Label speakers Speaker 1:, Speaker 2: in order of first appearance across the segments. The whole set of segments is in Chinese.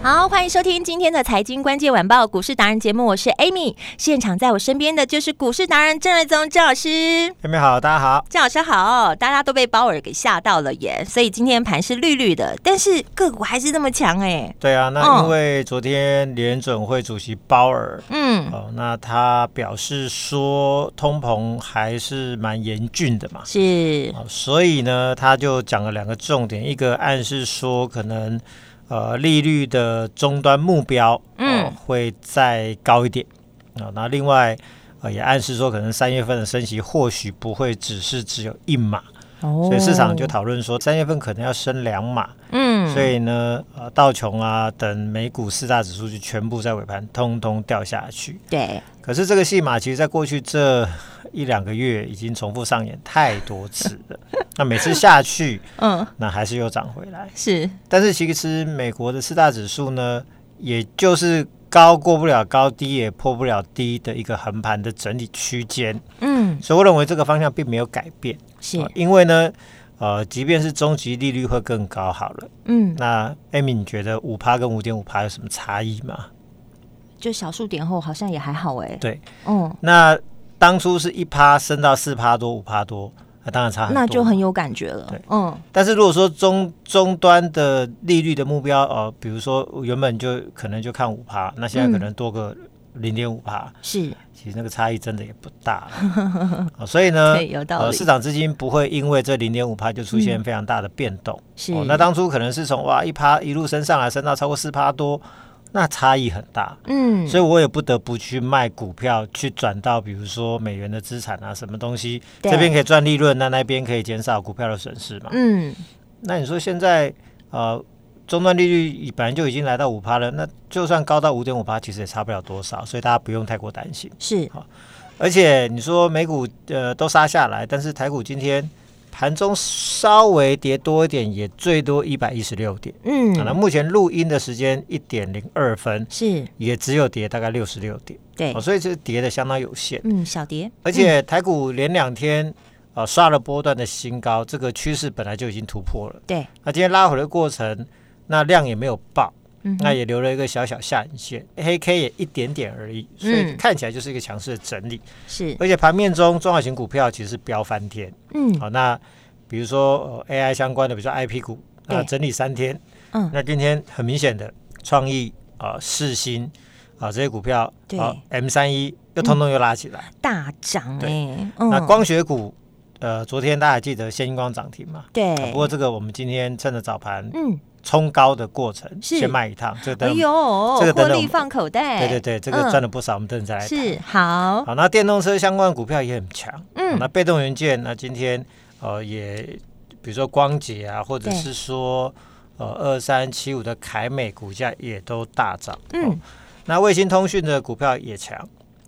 Speaker 1: 好，欢迎收听今天的财经关键晚报股市达人节目，我是 Amy。现场在我身边的就是股市达人郑瑞宗郑老师。
Speaker 2: 妹妹好，大家好。
Speaker 1: 郑老师好，大家都被鲍尔给吓到了耶，所以今天盘是绿绿的，但是个股还是那么强哎。
Speaker 2: 对啊，
Speaker 1: 嗯
Speaker 2: 那因为昨天联准会主席鲍尔，
Speaker 1: 嗯，
Speaker 2: 哦，那他表示说通膨还是蛮严峻的嘛，
Speaker 1: 是
Speaker 2: 哦，所以呢，他就讲了两个重点，一个暗示说可能呃利率的终端目标，哦、
Speaker 1: 嗯
Speaker 2: 会再高一点，啊、那另外。呃，也暗示说，可能三月份的升息或许不会只是只有一码，
Speaker 1: 哦
Speaker 2: 所以市场就讨论说，三月份可能要升两码，
Speaker 1: 嗯，
Speaker 2: 所以呢，呃，道琼啊等美股四大指数就全部在尾盘通通掉下去。
Speaker 1: 对，
Speaker 2: 可是这个戏码其实在过去这一两个月已经重复上演太多次 了。那每次下去，
Speaker 1: 嗯，
Speaker 2: 那还是又涨回来。
Speaker 1: 是
Speaker 2: 但是其实美国的四大指数呢，也就是高过不了高，低也破不了低的一个横盘的整理区间，
Speaker 1: 嗯
Speaker 2: 所以我认为这个方向并没有改变。
Speaker 1: 是
Speaker 2: 啊因为呢，呃，即便是终极利率会更高好了。
Speaker 1: 嗯，
Speaker 2: 那 Amy，你觉得五趴跟五点五趴有什么差异吗？
Speaker 1: 就小数点后好像也还好哎。
Speaker 2: 对，
Speaker 1: 嗯，
Speaker 2: 那当初是一趴升到四趴多、五趴多，那、当然差很多。
Speaker 1: 那就很有感觉了
Speaker 2: 对。
Speaker 1: 嗯，
Speaker 2: 但是如果说终终端的利率的目标，呃，比如说原本就可能就看五趴，那现在
Speaker 1: 嗯
Speaker 2: 可能多个零点五趴，
Speaker 1: 是
Speaker 2: 其实那个差异真的也不大了、 啊所以呢
Speaker 1: 对，有道
Speaker 2: 呃，
Speaker 1: 理嗯
Speaker 2: 市场资金不会因为这零点五趴就出现非常大的变动。
Speaker 1: 是
Speaker 2: 哦，那当初可能是从哇一趴一路升上来，升到超过四趴多，那差异很大。
Speaker 1: 嗯，
Speaker 2: 所以我也不得不去卖股票，去转到比如说美元的资产啊，什么东西，
Speaker 1: 对
Speaker 2: 这边可以赚利润，那那边可以减少股票的损失嘛。
Speaker 1: 嗯
Speaker 2: 那你说现在呃，终端利率本来就已经来到五趴了，那就算高到五点五趴，其实也差不了多少，所以大家不用太过担心。
Speaker 1: 是
Speaker 2: 而且你说美股呃都杀下来，但是台股今天盘中稍微跌多一点，也最多一百一十六点。
Speaker 1: 嗯
Speaker 2: 啊那目前录音的时间一点零二分，
Speaker 1: 是
Speaker 2: 也只有跌大概六十六点。
Speaker 1: 对
Speaker 2: 哦，，所以这跌的相当有限，
Speaker 1: 哎嗯，小蝶，
Speaker 2: 而且台股连两天呃刷了波段的新高，这个趋势本来就已经突破了。
Speaker 1: 对，
Speaker 2: 那今天拉回的过程，那量也没有爆，
Speaker 1: 嗯哼
Speaker 2: 那也留了一个小小下影线，黑 K 也一点点而已，所以
Speaker 1: 嗯
Speaker 2: 看起来就是一个强势的整理。
Speaker 1: 是
Speaker 2: 而且盘面中中小型股票其实是飙翻天，
Speaker 1: 嗯
Speaker 2: 好、那比如说、呃 AI 相关的，比如说 IP 股，那
Speaker 1: 对
Speaker 2: 整理三天，
Speaker 1: 嗯
Speaker 2: 那今天很明显的创意啊、呃、世新啊、这些股票，
Speaker 1: 对
Speaker 2: 啊 M 三一又通通又拉起来。
Speaker 1: 大涨哎、
Speaker 2: 对
Speaker 1: 欸，
Speaker 2: 那光学股，呃，昨天大家还记得先光涨停嘛？
Speaker 1: 对，
Speaker 2: 啊不过这个我们今天趁着早盘
Speaker 1: 嗯，
Speaker 2: 冲高的过程，
Speaker 1: 是
Speaker 2: 先卖一趟，这个
Speaker 1: 哎
Speaker 2: 等、
Speaker 1: 呦，
Speaker 2: 这个
Speaker 1: 获
Speaker 2: 等等我
Speaker 1: 利
Speaker 2: 们
Speaker 1: 放口袋，
Speaker 2: 对对对，这个
Speaker 1: 嗯
Speaker 2: 赚了不少，我们等再来谈。
Speaker 1: 是好，
Speaker 2: 好，那电动车相关的股票也很强。
Speaker 1: 哦
Speaker 2: 哦
Speaker 1: 嗯
Speaker 2: 那被动元件，那今天呃也比如说光捷啊，或者
Speaker 1: 对
Speaker 2: 是说呃二三七五的凯美股价也都大涨。
Speaker 1: 嗯
Speaker 2: 哦那卫星通讯的股票也强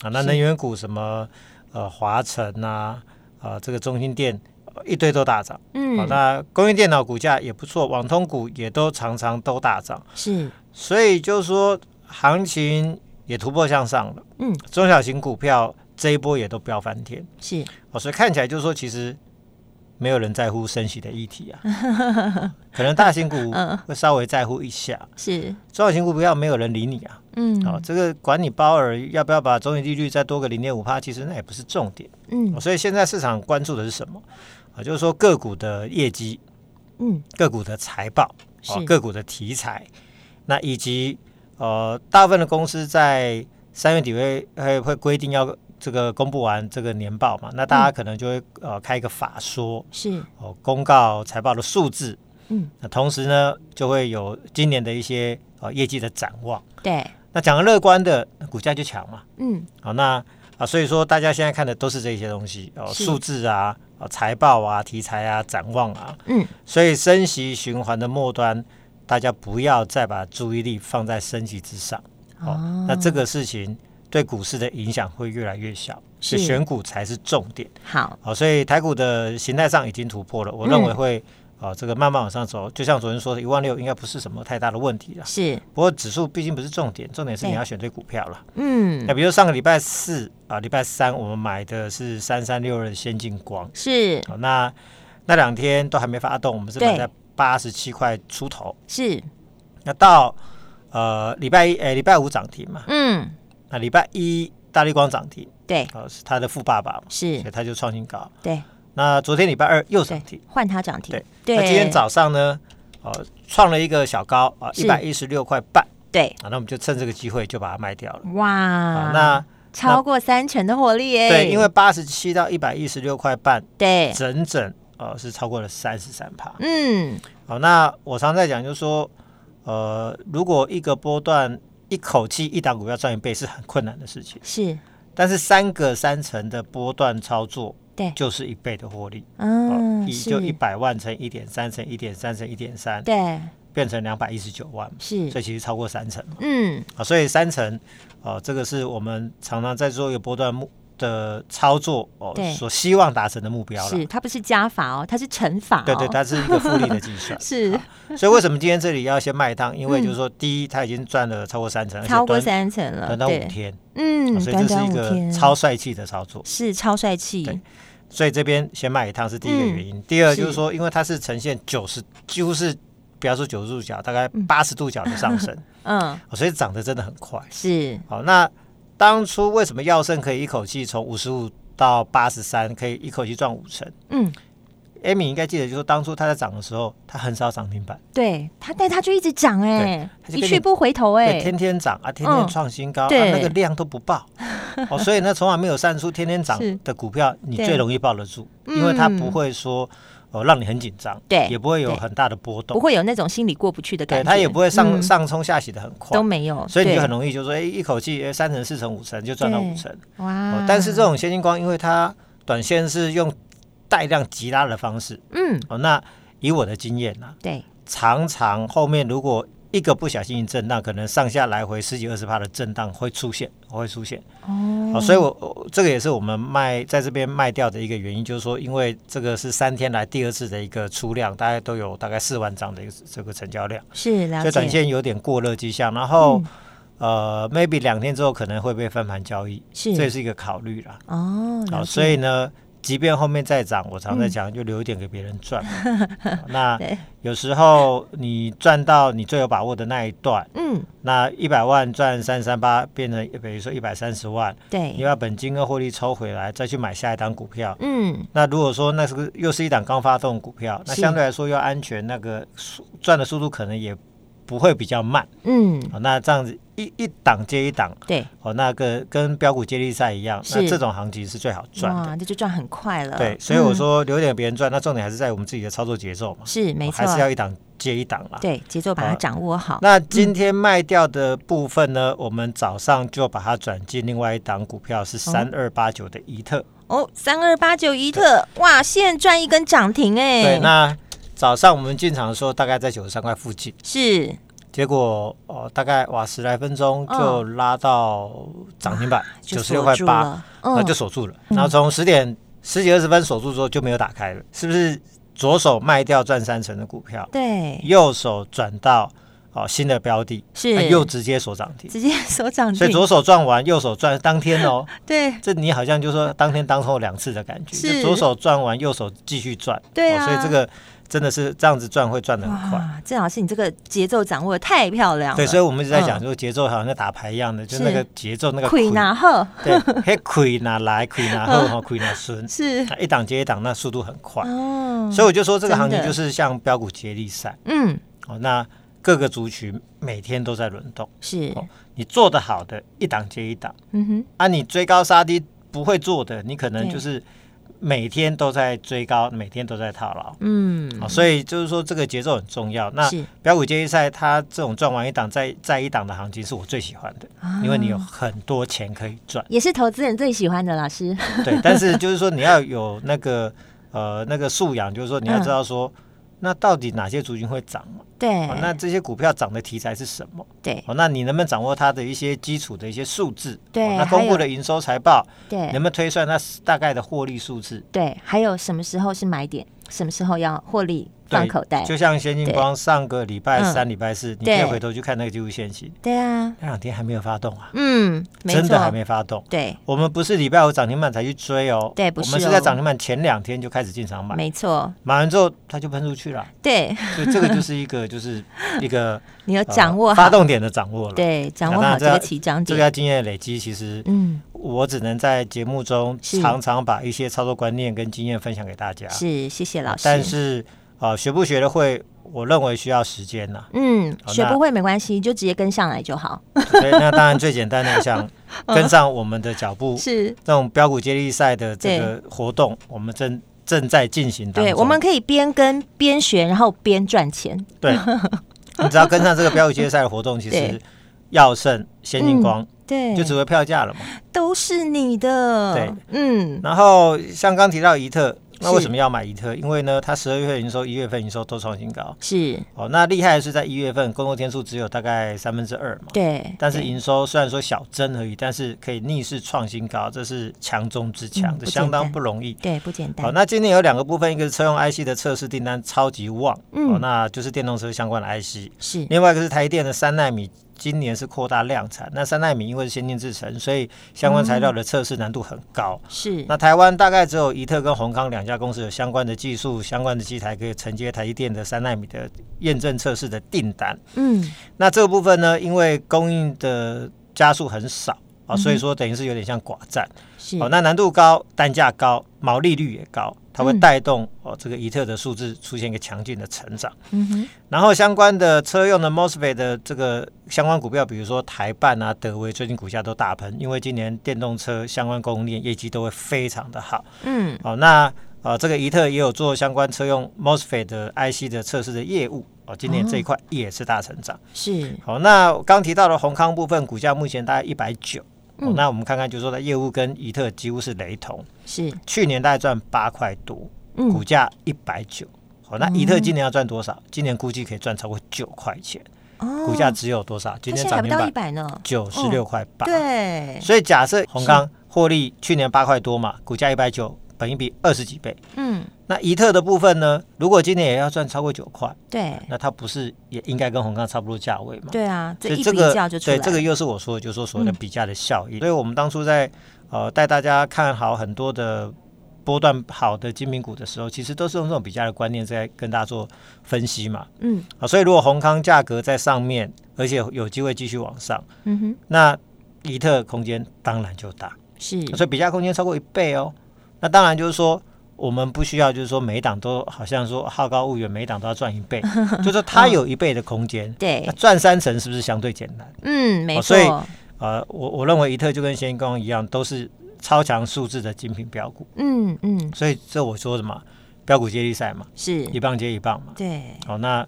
Speaker 2: 啊，那
Speaker 1: 是
Speaker 2: 能源股什么呃华晨啊，啊、这个中心电。呃一堆都大涨，好、
Speaker 1: 嗯，
Speaker 2: 那工业电脑股价也不错，网通股也都常常都大涨，
Speaker 1: 是
Speaker 2: 所以就是说行情也突破向上了，
Speaker 1: 嗯，
Speaker 2: 中小型股票这一波也都飙翻天，
Speaker 1: 是
Speaker 2: 哦，所以看起来就是说，其实没有人在乎升息的议 题啊，可能大型股
Speaker 1: 嗯
Speaker 2: 会稍微在乎一下，
Speaker 1: 是，
Speaker 2: 中小型股不要没有人理你啊。
Speaker 1: 嗯，
Speaker 2: 哦，这个管你鲍尔要不要把中期利率再多个零点五帕，其实那也不是重点、
Speaker 1: 嗯
Speaker 2: 哦所以现在市场关注的是什么？啊、就是说个股的业绩、
Speaker 1: 嗯
Speaker 2: 个股的财报、哦
Speaker 1: 是
Speaker 2: 个股的题材，那以及呃，大部分的公司在三月底会会会规定要这个公布完这个年报嘛，那大家可能就
Speaker 1: 嗯
Speaker 2: 会呃开一个法说
Speaker 1: 是
Speaker 2: 哦、公告财报的数字，
Speaker 1: 嗯，
Speaker 2: 那同时呢就会有今年的一些呃业绩的展望。
Speaker 1: 对
Speaker 2: 那讲的乐观的，股价就强嘛。
Speaker 1: 嗯，
Speaker 2: 好、那啊，所以说大家现在看的都是这些东西哦，
Speaker 1: 是
Speaker 2: 数字啊、啊财报啊、题材啊、展望啊。
Speaker 1: 嗯，
Speaker 2: 所以升息循环的末端，大家不要再把注意力放在升息之上。
Speaker 1: 哦
Speaker 2: 那这个事情对股市的影响会越来越小，所以
Speaker 1: 是
Speaker 2: 选股才是重点。
Speaker 1: 好，
Speaker 2: 好、所以台股的形态上已经突破了，我认为
Speaker 1: 嗯
Speaker 2: 会。啊、这个慢慢往上走，就像昨天说的，一万六应该不是什么太大的问题了。
Speaker 1: 是，
Speaker 2: 不过指数毕竟不是重点，重点是你
Speaker 1: 对
Speaker 2: 要选对股票了。
Speaker 1: 嗯
Speaker 2: 那，比如上个礼拜四啊，礼拜三我们买的是三三六二的先进光，
Speaker 1: 是
Speaker 2: 好、哦那那两天都还没发动，我们是买
Speaker 1: 对
Speaker 2: 在八十七块出头。
Speaker 1: 是，
Speaker 2: 那到呃礼拜一，哎、礼拜五涨停嘛，
Speaker 1: 嗯，
Speaker 2: 那礼拜一大力光涨停，
Speaker 1: 对，
Speaker 2: 哦、是他的富爸爸嘛，所以
Speaker 1: 是，
Speaker 2: 他就创新高。
Speaker 1: 对，
Speaker 2: 那昨天礼拜二又涨
Speaker 1: 对
Speaker 2: 停，，
Speaker 1: 换它涨停
Speaker 2: 对，，
Speaker 1: 对，
Speaker 2: 那今天早上呢，呃，创了一个小高啊，一
Speaker 1: 是
Speaker 2: 百一十六块半
Speaker 1: 对，
Speaker 2: 啊，那我们就趁这个机会就把它卖掉了。
Speaker 1: 哇
Speaker 2: 啊，，那
Speaker 1: 超过三成的火力耶，
Speaker 2: 对，因为八十七到一百一十六块半，
Speaker 1: 哎对，
Speaker 2: 整整呃是超过了三十三趴。
Speaker 1: 嗯，
Speaker 2: 好，那我常在讲，就是说，呃，如果一个波段一口气一档股票赚一倍是很困难的事情，
Speaker 1: 是，
Speaker 2: 但是三个三成的波段操作，
Speaker 1: 对
Speaker 2: 就是一倍的获利，
Speaker 1: 嗯，
Speaker 2: 以
Speaker 1: 是，
Speaker 2: 哦就一百万乘一点三乘一点三乘一点三，
Speaker 1: 对，
Speaker 2: 变成两百一十九万嘛，
Speaker 1: 是
Speaker 2: 所，以其实超过三成嘛，
Speaker 1: 嗯，
Speaker 2: 啊，所以三成，哦、这个是我们常常在做一个波段目的操作哦
Speaker 1: 对，
Speaker 2: 所希望达成的目标了。
Speaker 1: 是，它不是加法哦，它是乘法、哦，。
Speaker 2: 对对，它啊是一个复利的计 算
Speaker 1: 是
Speaker 2: 所以为什么今天这里要先卖一趟？因为就是说，第一，它已经赚了超过三成，而且
Speaker 1: 超过
Speaker 2: 短
Speaker 1: 三成了，
Speaker 2: 短到五
Speaker 1: 对，
Speaker 2: 天，哦
Speaker 1: 嗯，
Speaker 2: 所以
Speaker 1: 短
Speaker 2: 这是
Speaker 1: 短
Speaker 2: 一
Speaker 1: 五
Speaker 2: 个
Speaker 1: 天，
Speaker 2: 超帅气的操作。
Speaker 1: 是超帅气，
Speaker 2: 对所以这边先卖一趟是第一个原因。
Speaker 1: 嗯
Speaker 2: 第二就是说，因为它是呈现九十，几乎是不要说九十度角，大概八十度角的上升， 哦
Speaker 1: 嗯，
Speaker 2: 所以涨得真的很快。
Speaker 1: 是，
Speaker 2: 好，那当初为什么药盛可以一口气从五十五到八十三，可以一口气赚五成？
Speaker 1: 嗯，
Speaker 2: 艾米应该记得，就是说当初它在涨的时候，它很少涨停板。
Speaker 1: 对，它但它就一直涨哎、
Speaker 2: 它就
Speaker 1: 一
Speaker 2: 跟
Speaker 1: 去
Speaker 2: 你
Speaker 1: 不回头哎、
Speaker 2: 对，天天涨啊，天
Speaker 1: 嗯
Speaker 2: 天创新高，
Speaker 1: 对
Speaker 2: 啊，那个量都不 报，哦，所以呢，从来没有散出天天涨
Speaker 1: 是
Speaker 2: 的股票，你
Speaker 1: 对
Speaker 2: 最容易抱得住，因为它
Speaker 1: 嗯
Speaker 2: 不会说哦让你很紧张，
Speaker 1: 对
Speaker 2: 也不会有
Speaker 1: 对
Speaker 2: 很大的波
Speaker 1: 不
Speaker 2: 动，
Speaker 1: 会有那种心里过不去的感
Speaker 2: 对，
Speaker 1: 觉，
Speaker 2: 它也不会上
Speaker 1: 嗯
Speaker 2: 上冲下洗的很快
Speaker 1: 都，没有，
Speaker 2: 所以你就
Speaker 1: 对
Speaker 2: 很容易就说，哎，一口气哎三成、四成、五成就赚到
Speaker 1: 对啊
Speaker 2: 五成，
Speaker 1: 哇
Speaker 2: 哦，但是这种现金光，因为它短线是用带量急拉的方式，
Speaker 1: 嗯，
Speaker 2: 哦，那以我的经验啊，
Speaker 1: 对，
Speaker 2: 常常后面如果一个不小心一震荡，可能上下来回十几二十趴的震荡会出现，会出现。
Speaker 1: 哦
Speaker 2: 好、所以我我这个也是我们卖在这边卖掉的一个原因，就是说，因为这个是三天来第二次的一个出量，大概都有大概四万张的一个这个成交量，
Speaker 1: 是了
Speaker 2: 所以短
Speaker 1: 解，
Speaker 2: 线有点过热迹象。然后、呃，maybe 两天之后可能会被翻盘交易，
Speaker 1: 是
Speaker 2: 这也是一个考虑啦。
Speaker 1: 哦，
Speaker 2: 好、
Speaker 1: 了
Speaker 2: 所
Speaker 1: 解嗯
Speaker 2: 以呢。即便后面再涨，我常在讲，就留一点给别人赚 嘛。好那
Speaker 1: 对，
Speaker 2: 有时候你赚到你最有把握的那一段，
Speaker 1: 嗯，
Speaker 2: 那一百万赚三三八，变成比如说一百三十万，你
Speaker 1: 对，
Speaker 2: 把本金跟获利抽回来，再去买下一档股票。
Speaker 1: 嗯，
Speaker 2: 那如果说那是个又是一档刚发动的股票，那
Speaker 1: 是
Speaker 2: 相对来说要安全，那个速赚的速度可能也不会比较慢。
Speaker 1: 嗯，
Speaker 2: 哦、那这样子一一档接一档，
Speaker 1: 对，
Speaker 2: 哦，那个跟标股接力赛一样，那
Speaker 1: 是
Speaker 2: 这种行情是最好赚的。
Speaker 1: 哇，这就赚很快了，
Speaker 2: 对，所以我
Speaker 1: 嗯、
Speaker 2: 说留点给别人赚，那重点还是在我们自己的操作节奏嘛，
Speaker 1: 是没
Speaker 2: 哦
Speaker 1: 错
Speaker 2: 还，是要一档接一档啦。
Speaker 1: 对节奏把它
Speaker 2: 啊
Speaker 1: 掌握好，
Speaker 2: 那今天卖掉的部分呢，我们早上就把它转进另外一档股票，是
Speaker 1: 哦
Speaker 2: 三二八九的怡特。
Speaker 1: 哦，三二八九一特，哇，现赚一根涨停哎、
Speaker 2: 对，那早上我们进场的时候大概在九十三块附近，
Speaker 1: 是
Speaker 2: 结果哦、大概哇十来分钟就
Speaker 1: 嗯
Speaker 2: 拉到涨停板九
Speaker 1: 啊就
Speaker 2: 十六
Speaker 1: 锁
Speaker 2: 块
Speaker 1: 住
Speaker 2: 八，
Speaker 1: 了，
Speaker 2: 然后
Speaker 1: 嗯，
Speaker 2: 就锁住了。然后从十点十几二十分锁住之后就没有打开了，是不是？左手卖掉赚三成的股票，
Speaker 1: 对，
Speaker 2: 右手转到哦新的标的，
Speaker 1: 是
Speaker 2: 那又直接锁涨停。
Speaker 1: 直接手涨
Speaker 2: 所以
Speaker 1: 停，
Speaker 2: 左手转完，右手转，当天 哦，
Speaker 1: 对
Speaker 2: 这你好像就说当天当头两次的感觉，
Speaker 1: 是
Speaker 2: 就左手转完，右手继续转，哦
Speaker 1: 对啊
Speaker 2: 所以这个真的是这样子转会转的很快。
Speaker 1: 哇，郑老师你这个节奏掌握的太漂亮了，
Speaker 2: 对，所以我们一直在讲，
Speaker 1: 嗯
Speaker 2: 说节奏好像在打牌一样的，就是那个节奏那个
Speaker 1: 亏拿后
Speaker 2: 对，嘿亏拿来，亏拿后，哈，亏拿顺，
Speaker 1: 是
Speaker 2: 那一档接一档，那速度很快。
Speaker 1: 哦，
Speaker 2: 所以我就说这个行情
Speaker 1: 真的
Speaker 2: 就是像标股接力赛
Speaker 1: 嗯
Speaker 2: 哦，那各个族群每天都在轮动，
Speaker 1: 是
Speaker 2: 哦你做得好的一档接一档。
Speaker 1: 嗯哼
Speaker 2: 啊，你追高杀低不会做的，你可能
Speaker 1: 对
Speaker 2: 就是每天都在追高，每天都在套牢。
Speaker 1: 嗯，
Speaker 2: 啊，所以就是说这个节奏很重要。那
Speaker 1: 是。
Speaker 2: 标股接力赛，它这种赚完一档再再一档的行情是我最喜欢的，因为你有很多钱可以赚
Speaker 1: 也是投资人最喜欢的老师。
Speaker 2: 对，但是就是说你要有那个呃那个素养，就是说你要知道说，
Speaker 1: 嗯
Speaker 2: 那到底哪些族群会涨嘛、
Speaker 1: 对，
Speaker 2: 哦那这些股票涨的题材是什么？
Speaker 1: 对
Speaker 2: 哦，那你能不能掌握它的一些基础的一些数字？
Speaker 1: 对
Speaker 2: 哦那
Speaker 1: 还
Speaker 2: 公
Speaker 1: 有
Speaker 2: 布的营收财报，能
Speaker 1: 对
Speaker 2: 不能推算它大概的获利数字？
Speaker 1: 对，还有什么时候是买点，什么时候要获利
Speaker 2: 对
Speaker 1: 放口袋？
Speaker 2: 就像先进
Speaker 1: 对
Speaker 2: 光上个礼拜
Speaker 1: 嗯
Speaker 2: 三、礼拜四，你可
Speaker 1: 对
Speaker 2: 以回头去看那个技术线型，
Speaker 1: 对啊，
Speaker 2: 那两天还没有发动啊，
Speaker 1: 嗯，没
Speaker 2: 真
Speaker 1: 错
Speaker 2: 的，还没发动。
Speaker 1: 对，
Speaker 2: 我们不是礼拜五涨停板才去追哦，
Speaker 1: 对不
Speaker 2: 我们
Speaker 1: 是
Speaker 2: 是在
Speaker 1: 哦
Speaker 2: 涨停板前两天就开始进场买，
Speaker 1: 没错，
Speaker 2: 买完之后它就喷出去了，
Speaker 1: 对，
Speaker 2: 所以这个就是 一个就是一个
Speaker 1: 你要
Speaker 2: 呃
Speaker 1: 掌握
Speaker 2: 发
Speaker 1: 好，
Speaker 2: 动点的掌握了。，
Speaker 1: 对，掌握
Speaker 2: 那
Speaker 1: 好
Speaker 2: 这
Speaker 1: 这个
Speaker 2: 样
Speaker 1: 起涨
Speaker 2: 这个要
Speaker 1: 点。
Speaker 2: 经验的累积，其实
Speaker 1: 嗯，
Speaker 2: 我只能在节目中
Speaker 1: 是
Speaker 2: 常常把一些操作观念跟经验分享给大家。
Speaker 1: 是，谢谢老师。
Speaker 2: 啊但是呃，学不学得会，我认为需要时间呐、
Speaker 1: 嗯，
Speaker 2: 好
Speaker 1: 学
Speaker 2: 那
Speaker 1: 不会没关系，就直接跟上来就好。
Speaker 2: 所以那当然最简单的， 想跟上我们的脚步。
Speaker 1: 嗯是，
Speaker 2: 这种标股接力赛的这个活动，我们正正在进行当中。
Speaker 1: 对，我们可以边跟边学，然后边赚钱。
Speaker 2: 对，你只要跟上这个标股接力赛的活动，其 实
Speaker 1: 对嗯
Speaker 2: 耀盛、先进光、
Speaker 1: 对，
Speaker 2: 就只会票价了嘛。
Speaker 1: 都是你的。
Speaker 2: 对，
Speaker 1: 嗯，
Speaker 2: 然后像刚提到怡特，那
Speaker 1: 是
Speaker 2: 为什么要买怡特？因为呢，它十二月份营收、一月份营收都创新高。
Speaker 1: 是，
Speaker 2: 哦，那厉害的是在一月份工作天数只有大概三分之二嘛。
Speaker 1: 对。
Speaker 2: 但是
Speaker 1: 对
Speaker 2: 营收虽然说小增而已，但是可以逆势创新高，这是强中之强，
Speaker 1: 嗯
Speaker 2: 这
Speaker 1: 不
Speaker 2: 相
Speaker 1: 简
Speaker 2: 当
Speaker 1: 单
Speaker 2: 不容易。
Speaker 1: 对不简单。
Speaker 2: 好，那今年有两个部分，一个是车用 IC 的测试订单超级旺，
Speaker 1: 嗯
Speaker 2: 哦，那就是电动车相关的 IC；
Speaker 1: 是
Speaker 2: 另外一个是台电的三纳米，今年是扩大量产。那三纳米因为是先进制程，所以相关材料的测试难度很高。
Speaker 1: 是
Speaker 2: 那台湾大概只有怡特跟宏康两家公司有相关的技术、相关的机台可以承接台积电的三纳米的验证测试的订单。
Speaker 1: 嗯
Speaker 2: 那这个部分呢，因为供应的加速很少啊，所以说等于是有点像寡占。
Speaker 1: 嗯是
Speaker 2: 哦，那难度高，单价高，毛利率也高，它会
Speaker 1: 嗯
Speaker 2: 带动、哦这个一特的数字出现一个强劲的成长。
Speaker 1: 嗯哼
Speaker 2: 然后相关的车用的 MOSFET 的这个相关股票，比如说台办啊、德威，最近股价都大喷，因为今年电动车相关供应链业绩都会非常的好。
Speaker 1: 嗯
Speaker 2: 哦，那呃这个怡特也有做相关车用 MOSFET 的 IC 的测试的业务。哦，今年这一块也是大成长。
Speaker 1: 是
Speaker 2: 好，那我刚提到的宏康部分股价目前大概一百九，
Speaker 1: 嗯
Speaker 2: 那我们看看就是说它业务跟怡特几乎是雷同，
Speaker 1: 是
Speaker 2: 去年大概赚八块多，股
Speaker 1: 嗯
Speaker 2: 价一百九。好，那怡特今年要赚多少？今年估计可以赚超过九块钱，
Speaker 1: 哦
Speaker 2: 股价只有多少？今
Speaker 1: 它
Speaker 2: 天
Speaker 1: 现在还
Speaker 2: 涨
Speaker 1: 不
Speaker 2: 停
Speaker 1: 到一
Speaker 2: 板
Speaker 1: 百呢，
Speaker 2: 九十六块八。，
Speaker 1: 对，
Speaker 2: 所以假设宏康获利去年八块多嘛，股价一百九，本一比二十几倍。
Speaker 1: 嗯
Speaker 2: 那怡特的部分呢？如果今年也要赚超过九块，
Speaker 1: 对
Speaker 2: 那它不是也应该跟宏康差不多价位吗？
Speaker 1: 对啊，这
Speaker 2: 所以
Speaker 1: 一
Speaker 2: 这
Speaker 1: 比
Speaker 2: 个
Speaker 1: 较就出来
Speaker 2: 对，
Speaker 1: 了，嗯
Speaker 2: 这个又是我说的，就是说所谓的比价的效益。所以我们当初在呃带大家看好很多的波段好的精品股的时候，其实都是用这种比价的观念在跟大家做分析嘛。
Speaker 1: 嗯
Speaker 2: 啊，所以如果宏康价格在上面，而且有机会继续往上，
Speaker 1: 嗯哼
Speaker 2: 那怡特空间当然就大，啊
Speaker 1: 是
Speaker 2: 所以比价空间超过一倍哦。那当然就是说。我们不需要，就是说每一档都好像说好高骛远，每一档都要赚一 倍，就是说它有一倍的空间，
Speaker 1: 对
Speaker 2: 那赚三成是不是相对简单？
Speaker 1: 嗯没
Speaker 2: 哦
Speaker 1: 错
Speaker 2: 所以呃，我我认为怡特就跟先光一样，都是超强数字的精品标股，
Speaker 1: 嗯嗯
Speaker 2: 所以这我说的嘛，标股接力赛嘛，
Speaker 1: 是
Speaker 2: 一棒接一棒嘛。
Speaker 1: 对
Speaker 2: 好、那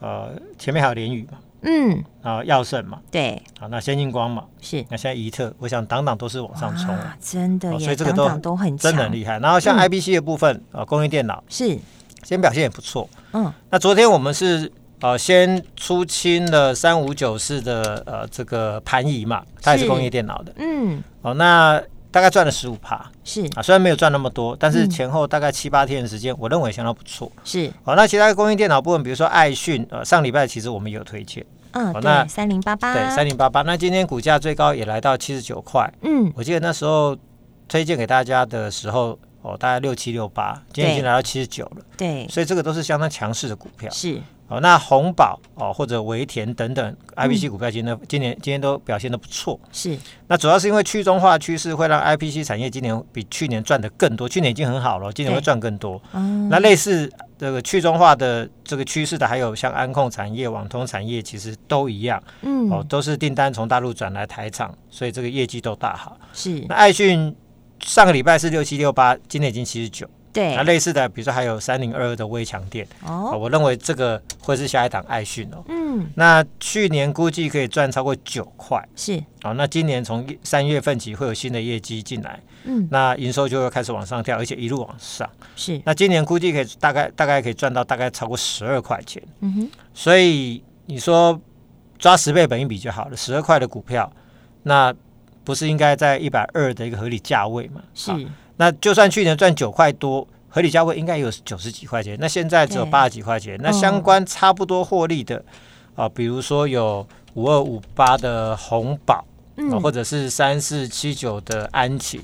Speaker 2: 呃前面还有联宇嘛，
Speaker 1: 嗯
Speaker 2: 啊、耀盛嘛，
Speaker 1: 对
Speaker 2: 好、那先进光嘛，
Speaker 1: 是
Speaker 2: 那现在怡特，我想档档都是往上冲，
Speaker 1: 啊真的
Speaker 2: 哦所
Speaker 1: 耶，
Speaker 2: 以这个
Speaker 1: 档
Speaker 2: 都
Speaker 1: 档都很
Speaker 2: 真的很
Speaker 1: 强
Speaker 2: 厉害。然后像
Speaker 1: 嗯
Speaker 2: IBC 的部分，呃，工业电脑
Speaker 1: 是
Speaker 2: 今天表现也不错。
Speaker 1: 嗯
Speaker 2: 那昨天我们是呃先出清了三五九四的呃这个盘仪嘛，它也是
Speaker 1: 是
Speaker 2: 工业电脑的，
Speaker 1: 嗯
Speaker 2: 哦，那大概赚了十五趴。
Speaker 1: 是
Speaker 2: 啊，虽然没有赚那么多，但是
Speaker 1: 嗯
Speaker 2: 前后大概七八天的时间，我认为相当不错。
Speaker 1: 是
Speaker 2: 好，那其他的供应电脑部分，比如说爱讯，呃，上礼拜其实我们也有推荐，
Speaker 1: 嗯
Speaker 2: 好那
Speaker 1: 对三零八八
Speaker 2: 对，三零八八。那今天股价最高也来到七十九块，
Speaker 1: 嗯
Speaker 2: 我记得那时候推荐给大家的时候，哦，大概六七六八，今天已经
Speaker 1: 对
Speaker 2: 来到七十九了，
Speaker 1: 对
Speaker 2: 所以这个都是相当强势的股票。
Speaker 1: 是
Speaker 2: 哦，那红宝哦或者维田等等
Speaker 1: 嗯
Speaker 2: IPC 股票，今天今年今天都表现的不错。
Speaker 1: 是
Speaker 2: 那主要是因为去中化趋势会让 IPC 产业今年比去年赚的更多，去年已经很好了，今年会
Speaker 1: 对
Speaker 2: 赚更多。
Speaker 1: 嗯
Speaker 2: 那类似这个去中化的这个趋势的，还有像安控产业、网通产业，其实都一样哦
Speaker 1: 嗯，
Speaker 2: 都是订单从大陆转来台厂，所以这个业绩都大好。
Speaker 1: 是
Speaker 2: 那爱讯上个礼拜是六七六八，今天已经七十九。
Speaker 1: 对
Speaker 2: 那，类似的，比如说还有三零二的微强电、啊
Speaker 1: 哎哦，
Speaker 2: 我认为这个会是下一档爱讯哦。
Speaker 1: 嗯，
Speaker 2: 那去年估计可以赚超过九块，
Speaker 1: 是，
Speaker 2: 好、那今年从三月份起会有新的业绩进来，
Speaker 1: 嗯，
Speaker 2: 那营收就会开始往上跳，而且一路往上。
Speaker 1: 是，
Speaker 2: 那今年估计可以大概大概可以赚到大概超过十二块钱，
Speaker 1: 嗯哼，
Speaker 2: 所以你说抓十倍本一比就好了，十二块的股票，那不是应该在一百二的一个合理价位嘛？啊
Speaker 1: 是，
Speaker 2: 那就算去年赚九块多，合理价位应该有九十几块钱，那现在只有
Speaker 1: 对
Speaker 2: 八十几块钱，那
Speaker 1: 嗯
Speaker 2: 相关差不多获利的啊、比如说有五二五八的红宝，
Speaker 1: 嗯
Speaker 2: 啊或者是三四七九的安晴，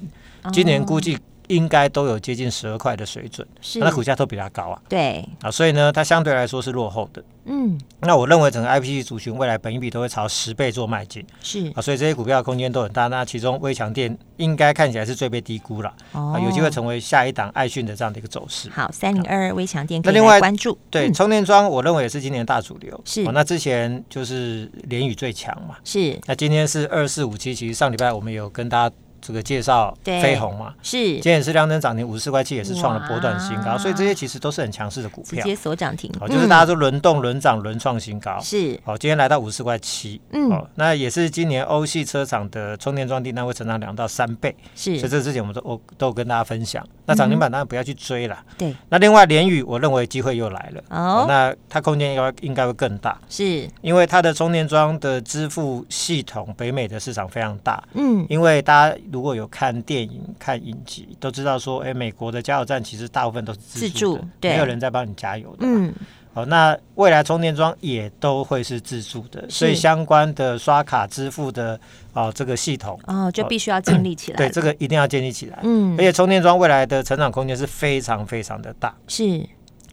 Speaker 2: 今年估
Speaker 1: 哦
Speaker 2: 计应该都有接近十二块的水准，
Speaker 1: 是
Speaker 2: 那它股价都比它高啊
Speaker 1: 对，
Speaker 2: 啊，所以呢，它相对来说是落后的。
Speaker 1: 嗯，
Speaker 2: 那我认为整个 IPC 族群未来本一比都会朝十倍做迈进
Speaker 1: 是，
Speaker 2: 啊，所以这些股票的空间都很大。那其中微强电应该看起来是最被低估了。
Speaker 1: 哦
Speaker 2: 啊，有机会成为下一档爱讯的这样的一个走势。
Speaker 1: 好，三零二二微强电
Speaker 2: 那
Speaker 1: 可以
Speaker 2: 另
Speaker 1: 来
Speaker 2: 外
Speaker 1: 关注，
Speaker 2: 对，
Speaker 1: 嗯
Speaker 2: 充电桩我认为也是今年大主流。
Speaker 1: 是
Speaker 2: 哦那之前就是联宇最强嘛，
Speaker 1: 是
Speaker 2: 那今天是二四五七，其实上礼拜我们有跟大家这个介绍
Speaker 1: 对
Speaker 2: 飞鸿嘛，
Speaker 1: 是
Speaker 2: 今，天也是量增涨停五十四块七，也是创了波段新
Speaker 1: 哇
Speaker 2: 高，所以这些其实都是很强势的股
Speaker 1: 直
Speaker 2: 票。
Speaker 1: 接锁涨停，
Speaker 2: 哦，就是
Speaker 1: 嗯
Speaker 2: 大家都轮动、轮涨、轮创新高。哦
Speaker 1: 是，
Speaker 2: 好、今天来到五十块七，
Speaker 1: 嗯，
Speaker 2: 哦，那也是今年欧系车厂的充电桩订单会成长两到三倍，所以
Speaker 1: 是，嗯
Speaker 2: 这之前我们都我都有跟大家分享。那涨停板当然不要去追啦。
Speaker 1: 对，
Speaker 2: 那另外联宇，我认为机会又来了。哦，
Speaker 1: 哦，
Speaker 2: 那它空间应该应该会更大，
Speaker 1: 是，
Speaker 2: 因为它的充电桩的支付系统，北美的市场非常大。
Speaker 1: 嗯，
Speaker 2: 因为大家如果有看电影、看影集，都知道说，哎，美国的加油站其实大部分都是自
Speaker 1: 自
Speaker 2: 助
Speaker 1: 助
Speaker 2: 的，
Speaker 1: 对
Speaker 2: 没有人在帮你加油的。
Speaker 1: 嗯，
Speaker 2: 好、那未来充电桩也都会是自助的，所以
Speaker 1: 是
Speaker 2: 相关的刷卡支付的啊、这个系统，
Speaker 1: 哦，就必须要建立起来
Speaker 2: 对
Speaker 1: 了，
Speaker 2: 这个哎一定要建立起来。
Speaker 1: 嗯
Speaker 2: 而，且充电桩未来的成长空间是非常非常的大，
Speaker 1: 是，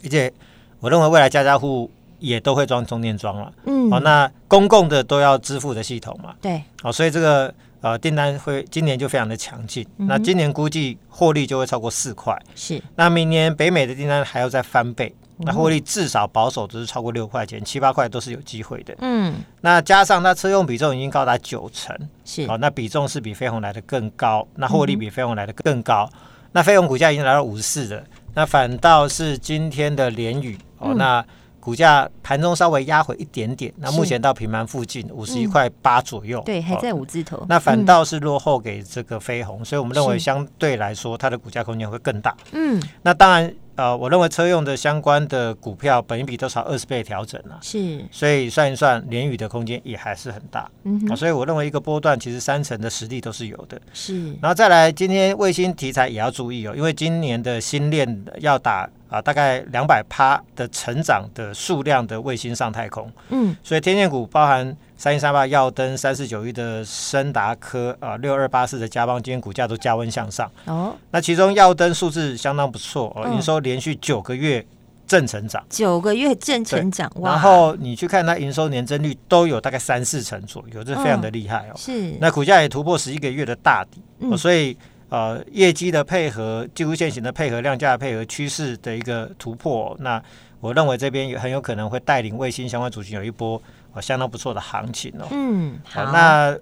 Speaker 2: 而且我认为未来家家户户也都会装充电桩了。
Speaker 1: 嗯，
Speaker 2: 好、那公共的都要支付的系统嘛，
Speaker 1: 对，
Speaker 2: 好、所以这个呃订单会今年就非常的强劲，
Speaker 1: 嗯哼
Speaker 2: 那今年估计获利就会超过四块，
Speaker 1: 是，
Speaker 2: 那明年北美的订单还要再翻倍，
Speaker 1: 哦
Speaker 2: 那获利至少保守都是超过六块钱，七八块都是有机会的。
Speaker 1: 嗯，
Speaker 2: 那加上它车用比重已经高达九成，
Speaker 1: 是
Speaker 2: 好、，那比重是比飞鸿来的更高，那获利比飞鸿来的更高。那飞鸿股价已经来到五四了，那反倒是今天的联宇哦，
Speaker 1: 嗯
Speaker 2: 那股价盘中稍微压回一点点，那目
Speaker 1: 是嗯
Speaker 2: 前到平盘附近五十一块八左右，
Speaker 1: 对，还
Speaker 2: 哦
Speaker 1: 在五字头，
Speaker 2: 那反
Speaker 1: 嗯，
Speaker 2: 倒是落后给这个飞鸿，所以我们认为
Speaker 1: 是
Speaker 2: 相对来说它的股价空间会更大。
Speaker 1: 嗯，
Speaker 2: 那当然，呃，我认为车用的相关的股票本益比都少二十倍调整了、
Speaker 1: 是，
Speaker 2: 所以算一算，联宇的空间也还是很大、
Speaker 1: 嗯
Speaker 2: 啊
Speaker 1: 哼，
Speaker 2: 所以我认为一个波段其实三成的实力都是有的。
Speaker 1: 是，
Speaker 2: 然后再来，今天卫星题材也要注意哦，因为今年的新链要打啊大概两百趴的成长的数量的卫星上太空，
Speaker 1: 嗯，
Speaker 2: 所以天线股包含三一三八耀登、三四九一的深达科啊、六二八四的嘉邦，今天股价都加温向上。
Speaker 1: 哦，
Speaker 2: 那其中耀登数字相当不错哦，
Speaker 1: 嗯
Speaker 2: 营收连续九个月正成长，
Speaker 1: 九个月正成长，哇，
Speaker 2: 然后你去看它营收年增率都有大概三四成左右，这非常的厉害哦。
Speaker 1: 嗯是，
Speaker 2: 那股价也突破十一个月的大底，
Speaker 1: 嗯
Speaker 2: 哦所以呃，业绩的配合、技术线型的配合、量价的配合、趋势的一个突破哦、那我认为这边也很有可能会带领卫星相关族群有一波哦相当不错的行情哦。
Speaker 1: 嗯，
Speaker 2: 好
Speaker 1: 好，
Speaker 2: 那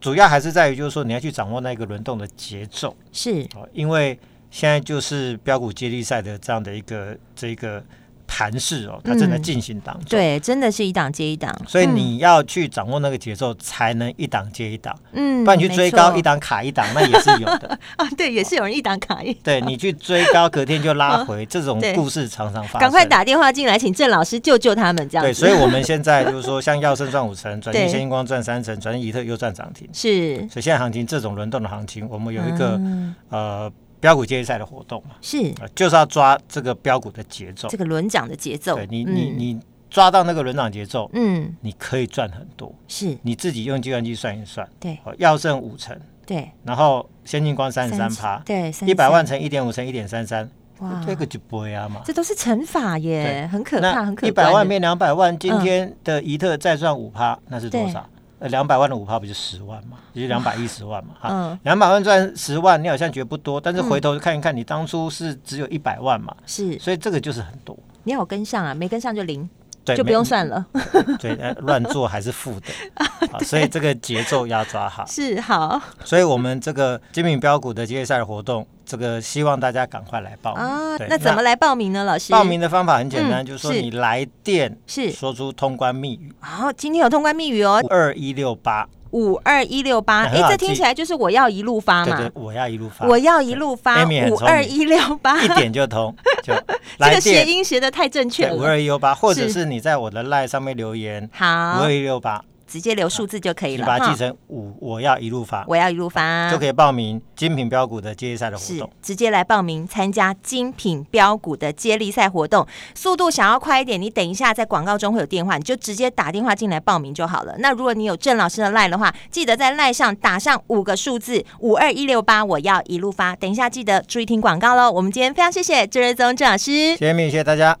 Speaker 2: 主要还是在于就是说你要去掌握那个轮动的节奏
Speaker 1: 是，
Speaker 2: 哦，因为现在就是标股接力赛的这样的一个这一个盘势哦，它正在
Speaker 1: 嗯
Speaker 2: 进行当中。
Speaker 1: 对，真的是一档接一档，
Speaker 2: 所以
Speaker 1: 嗯
Speaker 2: 你要去掌握那个节奏，才能一档接一档。
Speaker 1: 嗯，
Speaker 2: 不然你去
Speaker 1: 没
Speaker 2: 追高
Speaker 1: 错
Speaker 2: 一档卡一档，那也是有的。
Speaker 1: 啊，对，也是有人一档卡一。
Speaker 2: 对你去追高，隔天就拉回，这种
Speaker 1: 嗯对
Speaker 2: 故事常常发生。
Speaker 1: 赶快！打电话进来，请郑老师救救他们，这样
Speaker 2: 对，
Speaker 1: 子。
Speaker 2: 所以我们现在就是说，像耀盛赚五成，转
Speaker 1: 对
Speaker 2: 型先进光赚三成，转型怡特又赚涨停。
Speaker 1: 是
Speaker 2: 所以现在行情这种轮动的行情，我们有一个、
Speaker 1: 嗯
Speaker 2: 呃标股接力赛的活动嘛，
Speaker 1: 是
Speaker 2: 呃就是要抓这个标股的节奏。
Speaker 1: 这个轮涨的节奏
Speaker 2: 对。你，你你抓到那个轮涨节奏，
Speaker 1: 嗯，
Speaker 2: 你可以赚很多。
Speaker 1: 是
Speaker 2: 你自己用计算机算一算，
Speaker 1: 对
Speaker 2: 哦，耀盛五成，
Speaker 1: 对，
Speaker 2: 然后先进光三十三
Speaker 1: 30
Speaker 2: 趴，
Speaker 1: 对，33
Speaker 2: 一百万乘一点五乘一点三三，
Speaker 1: 哇，
Speaker 2: 这个就不会啊嘛。
Speaker 1: 这都是乘法耶，
Speaker 2: 对
Speaker 1: 很可怕，
Speaker 2: 那
Speaker 1: 很可
Speaker 2: 一百万
Speaker 1: 观的嗯
Speaker 2: 变两百万，今天的怡特再赚五趴，那是多
Speaker 1: 对
Speaker 2: 少？呃，两百万的五趴不就十万嘛，也就两百一十万嘛，哈
Speaker 1: 嗯，
Speaker 2: 两百万赚十万，你好像觉得不多，但是回头看一看，你当初是只有一百万嘛，
Speaker 1: 是
Speaker 2: 所以这个就是很多。
Speaker 1: 你好跟上啊，没跟上就零。
Speaker 2: 对
Speaker 1: 就不
Speaker 2: 没
Speaker 1: 用算了。
Speaker 2: 对，呃乱做还是负的啊，所以这个节奏要抓好。
Speaker 1: 是好
Speaker 2: 所以我们这个精品标股的接力赛活动，这个希望大家赶快来报名。
Speaker 1: 啊
Speaker 2: 对，
Speaker 1: 那怎么来报名呢？老师，
Speaker 2: 报名的方法很简单，
Speaker 1: 嗯
Speaker 2: 就是说
Speaker 1: 是
Speaker 2: 你来电
Speaker 1: 是
Speaker 2: 说出通关密语
Speaker 1: 好，今天有通关密语哦，
Speaker 2: 二一六八，
Speaker 1: 五二一六八，
Speaker 2: 很
Speaker 1: 哎，
Speaker 2: 好
Speaker 1: 这
Speaker 2: 记
Speaker 1: 听起来就是我要一路发
Speaker 2: 对
Speaker 1: 嘛，
Speaker 2: 对，我要一路发，
Speaker 1: 我要一路发，
Speaker 2: 啊 Amy 很
Speaker 1: 五
Speaker 2: 聪
Speaker 1: 二
Speaker 2: 明
Speaker 1: 一六八，
Speaker 2: 一 点就通，就
Speaker 1: 这
Speaker 2: 来
Speaker 1: 个谐
Speaker 2: 电
Speaker 1: 音学的太正确
Speaker 2: 五
Speaker 1: 了。
Speaker 2: 二一六八，或者
Speaker 1: 是
Speaker 2: 是你在我的 line 上面留言五
Speaker 1: 好
Speaker 2: 二，一六八，
Speaker 1: 直接留数字就可以
Speaker 2: 你
Speaker 1: 了
Speaker 2: 把它
Speaker 1: 哈
Speaker 2: 记成五，我要一路发，
Speaker 1: 我要一路发，
Speaker 2: 就可
Speaker 1: 以。
Speaker 2: 以报名精品标股的接力赛的活
Speaker 1: 是
Speaker 2: 动。
Speaker 1: 直接来报名参加精品标股的接力赛活动，速度想要快一点，你等一下在广告中会有电话，你就直接打电话进来报名就好了。那如果你有郑老师的 line 的话，记得在 line 上打上五个数字五二一六八，我要一路发。等一下记得注意听广告喽。我们今天非常谢谢郑瑞宗郑老师，
Speaker 2: 谢谢米，谢谢大家。